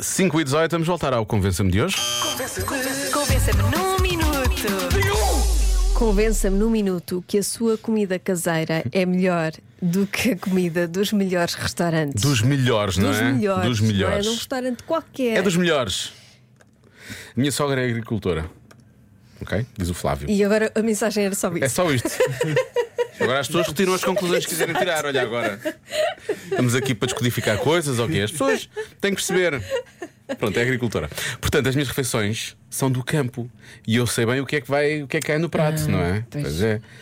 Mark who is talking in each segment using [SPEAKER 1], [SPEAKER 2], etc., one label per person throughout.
[SPEAKER 1] 5 e 18, vamos voltar ao Convença-me de hoje.
[SPEAKER 2] Convença-me num minuto.
[SPEAKER 3] Convença-me num minuto que a sua comida caseira é melhor do que a comida dos melhores restaurantes.
[SPEAKER 1] Dos melhores, não
[SPEAKER 3] Dos
[SPEAKER 1] é?
[SPEAKER 3] melhores.
[SPEAKER 1] Dos
[SPEAKER 3] Não é
[SPEAKER 1] melhores.
[SPEAKER 3] de um restaurante qualquer.
[SPEAKER 1] É dos melhores. Minha sogra é agricultora. Ok? Diz o Flávio.
[SPEAKER 3] E agora a mensagem era só isso.
[SPEAKER 1] É só isto. Agora as pessoas retiram as conclusões que quiserem tirar. Olha, agora estamos aqui para descodificar coisas, ok? As pessoas têm que perceber. Pronto, é agricultora. Portanto, as minhas refeições são do campo e eu sei bem o que é que vai, o que é que cai no prato, não é?
[SPEAKER 3] Ah, pois.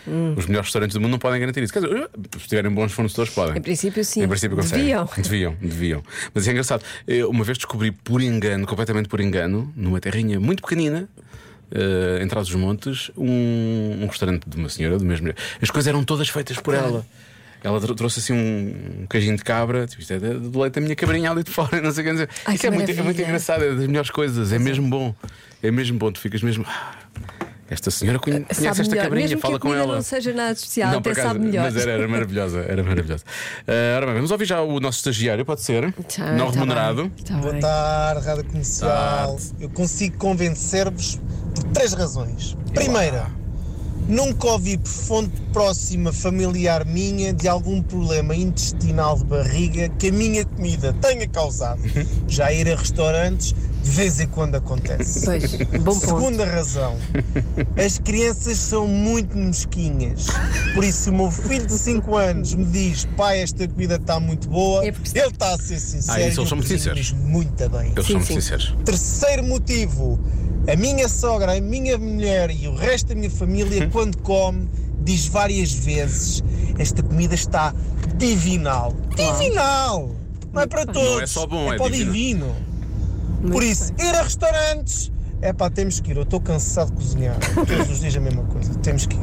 [SPEAKER 3] Hum.
[SPEAKER 1] é. Os melhores restaurantes do mundo não podem garantir isso. Quer dizer, se tiverem bons fornecedores, podem.
[SPEAKER 3] Em princípio, sim.
[SPEAKER 1] Em princípio conseguem.
[SPEAKER 3] Deviam.
[SPEAKER 1] Deviam, deviam. Mas é engraçado. Eu uma vez descobri por engano, completamente por engano, numa terrinha muito pequenina, eh, em trás dos montes, um, um restaurante de uma senhora do mesmo. As coisas eram todas feitas por ela. Ela trou- trouxe assim um, um queijinho de cabra, tipo, isto é de- do leite da minha cabrinha ali de fora, não sei o que dizer.
[SPEAKER 3] Ai,
[SPEAKER 1] Isso é
[SPEAKER 3] que
[SPEAKER 1] muito, é muito
[SPEAKER 3] maravilha.
[SPEAKER 1] engraçado, é das melhores coisas, é mesmo bom. É mesmo bom, tu ficas mesmo. "Ah, Esta senhora conhe-
[SPEAKER 3] Eh, Sabe
[SPEAKER 1] conhece esta
[SPEAKER 3] melhor.
[SPEAKER 1] cabrinha,
[SPEAKER 3] Mesmo
[SPEAKER 1] fala
[SPEAKER 3] que a
[SPEAKER 1] com
[SPEAKER 3] comida
[SPEAKER 1] ela.
[SPEAKER 3] não seja nada especial,
[SPEAKER 1] Não, por
[SPEAKER 3] até
[SPEAKER 1] acaso,
[SPEAKER 3] sabe melhor.
[SPEAKER 1] Mas era, era maravilhosa, era maravilhosa. Ah, ora bem, vamos ouvir já o nosso estagiário, pode ser?
[SPEAKER 3] Tá,
[SPEAKER 1] não
[SPEAKER 3] tá
[SPEAKER 1] remunerado.
[SPEAKER 3] bem, tá
[SPEAKER 4] Boa
[SPEAKER 3] bem.
[SPEAKER 4] tarde, Rádio Comercial. Eu consigo convencer-vos por três razões. Primeira, nunca ouvi por fonte próxima familiar minha de algum problema intestinal de barriga que a minha comida tenha causado. Já ir a restaurantes de vez em quando acontece.
[SPEAKER 3] Pois, bom ponto.
[SPEAKER 4] Segunda razão, as crianças são muito mesquinhas. Por isso, se o meu filho de 5 anos me diz, pai, esta comida está muito boa,
[SPEAKER 3] É
[SPEAKER 4] ele
[SPEAKER 3] porque-
[SPEAKER 4] está a ser sincero.
[SPEAKER 1] Ah, isso eles
[SPEAKER 4] e eu
[SPEAKER 1] são muito
[SPEAKER 4] cozinho
[SPEAKER 1] sinceros.
[SPEAKER 4] mesmo Muito bem.
[SPEAKER 1] Eles
[SPEAKER 3] Sim,
[SPEAKER 1] são muito
[SPEAKER 3] sim.
[SPEAKER 1] sinceros.
[SPEAKER 4] Terceiro motivo, a minha sogra, a minha mulher e o resto da minha família,
[SPEAKER 1] Uhum.
[SPEAKER 4] quando come, diz várias vezes, esta comida está divinal. Divinal! Não é para todos.
[SPEAKER 1] é só bom, é
[SPEAKER 4] para o divino. Por isso, ir a restaurantes. É pá, temos que ir. Eu estou cansado de cozinhar. Todos os dias a mesma coisa. Temos que ir.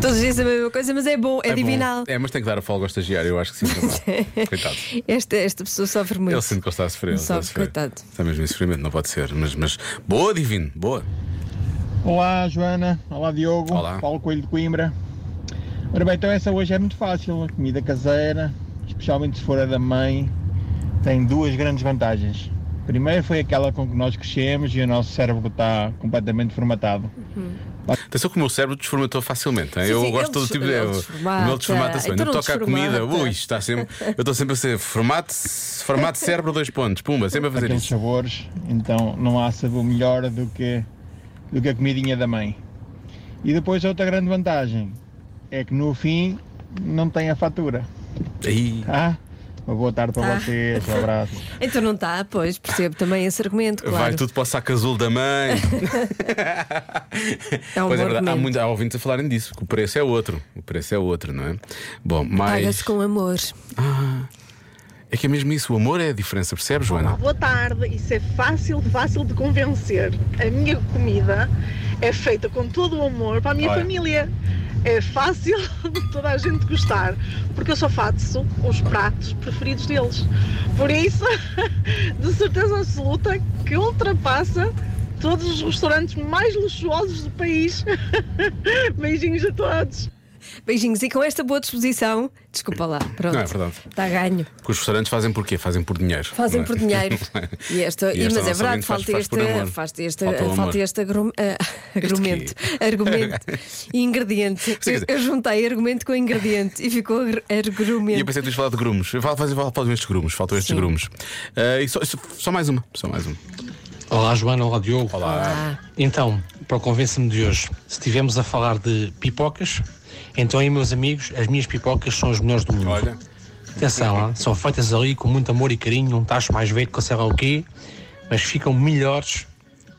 [SPEAKER 3] Todos dizem a mesma coisa, mas é bom, é,
[SPEAKER 1] bom.
[SPEAKER 3] divinal.
[SPEAKER 1] É, mas tem que dar a folga ao estagiário, eu acho que sim. também. Coitado.
[SPEAKER 3] Esta, esta pessoa sofre muito.
[SPEAKER 1] Ele sente que ele está a sofrer. ele está a
[SPEAKER 3] Sofre,
[SPEAKER 1] sofrer.
[SPEAKER 3] coitado.
[SPEAKER 1] Está mesmo em sofrimento, não pode ser. Mas, mas boa, divino, boa.
[SPEAKER 5] Olá, Joana. Olá, Diogo.
[SPEAKER 1] Olá.
[SPEAKER 5] Paulo Coelho de Coimbra. Ora bem, então essa hoje é muito fácil. A comida caseira, especialmente se for a da mãe, tem duas grandes vantagens. Primeiro foi aquela com que nós crescemos e o nosso cérebro está completamente formatado.
[SPEAKER 1] Atenção que o meu cérebro desformatou facilmente. hein?
[SPEAKER 3] Sim,
[SPEAKER 1] eu
[SPEAKER 3] sim,
[SPEAKER 1] gosto
[SPEAKER 3] ele
[SPEAKER 1] de todo tipo de.
[SPEAKER 3] des- ele
[SPEAKER 1] o meu
[SPEAKER 3] desformata.
[SPEAKER 1] desformata-se bem.
[SPEAKER 3] Então
[SPEAKER 1] no que
[SPEAKER 3] não
[SPEAKER 1] toca à comida,
[SPEAKER 3] desformata.
[SPEAKER 1] ui, está sempre. Eu estou sempre a ser formato, formato cérebro, dois pontos. Pumba, sempre a fazer
[SPEAKER 5] Aqueles
[SPEAKER 1] isso.
[SPEAKER 5] sabores, então não há sabor melhor do que, do que a comidinha da mãe. E depois outra grande vantagem é que no fim não tem a fatura.
[SPEAKER 1] Aí.
[SPEAKER 5] Ah, uma boa tarde para
[SPEAKER 3] Ah.
[SPEAKER 5] vocês, um abraço.
[SPEAKER 3] Então não está, pois, percebo também esse argumento, claro.
[SPEAKER 1] Vai tudo para o saco azul da mãe.
[SPEAKER 3] É um
[SPEAKER 1] pois é
[SPEAKER 3] bom
[SPEAKER 1] verdade, há,
[SPEAKER 3] argumento.
[SPEAKER 1] muito, há ouvintes a falarem disso, que o preço é outro. O preço é outro, não é? Bom, mas.
[SPEAKER 3] Paga-se com amor.
[SPEAKER 1] É que é mesmo isso, o amor é a diferença, percebes, Joana?
[SPEAKER 6] Boa tarde, isso é fácil, fácil de convencer. A minha comida é feita com todo o amor para a minha
[SPEAKER 1] Olha.
[SPEAKER 6] família. É fácil de toda a gente gostar, porque eu só faço os pratos preferidos deles. Por isso, de certeza absoluta que ultrapassa todos os restaurantes mais luxuosos do país. Beijinhos a todos.
[SPEAKER 3] Beijinhos e com esta boa disposição, desculpa lá, pronto.
[SPEAKER 1] Não, é verdade.
[SPEAKER 3] Está ganho.
[SPEAKER 1] Que os restaurantes fazem por quê? Fazem por dinheiro.
[SPEAKER 3] Fazem
[SPEAKER 1] não é?
[SPEAKER 3] por dinheiro. E esta,
[SPEAKER 1] E esta
[SPEAKER 3] e- mas é
[SPEAKER 1] nossa
[SPEAKER 3] verdade,
[SPEAKER 1] ouvinte faz-
[SPEAKER 3] falta
[SPEAKER 1] faz por amor.
[SPEAKER 3] este, falta este,
[SPEAKER 1] Falta o amor.
[SPEAKER 3] falta este agrum- ah, argumento, argumento e ingrediente.
[SPEAKER 1] quer dizer-
[SPEAKER 3] Eu, eu juntei argumento com ingrediente e ficou agru-
[SPEAKER 1] E eu
[SPEAKER 3] argumento.
[SPEAKER 1] pensei que tu ias falar de grumos. Fala- faz- fala- Faltam estes grumos, faltam estes
[SPEAKER 3] Sim.
[SPEAKER 1] grumos. Ah, e só, só- só mais uma, só mais uma.
[SPEAKER 7] Olá Joana, olá Diogo.
[SPEAKER 3] Olá.
[SPEAKER 7] Então, para o convence-me de hoje, se estivermos a falar de pipocas, então aí meus amigos, as minhas pipocas são as melhores do mundo.
[SPEAKER 1] Olha.
[SPEAKER 7] Atenção, ah, são feitas ali com muito amor e carinho, um tacho mais velho com sei lá o quê, mas ficam melhores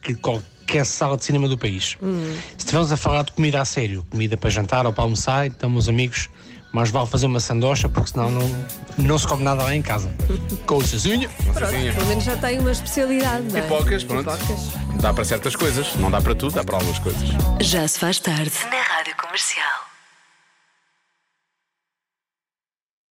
[SPEAKER 7] que qualquer sala de cinema do país. Se estivermos a falar de comida a sério, comida para jantar ou para almoçar, então meus amigos, mais vale fazer uma sandocha porque senão não, não se come nada lá em casa. Com licencinha.
[SPEAKER 1] Sim,
[SPEAKER 3] Pelo menos já tem uma especialidade. não é?
[SPEAKER 1] Pipocas, pronto. Dá para certas coisas, não dá para tudo, dá para algumas coisas.
[SPEAKER 2] Já se faz tarde na Rádio Comercial.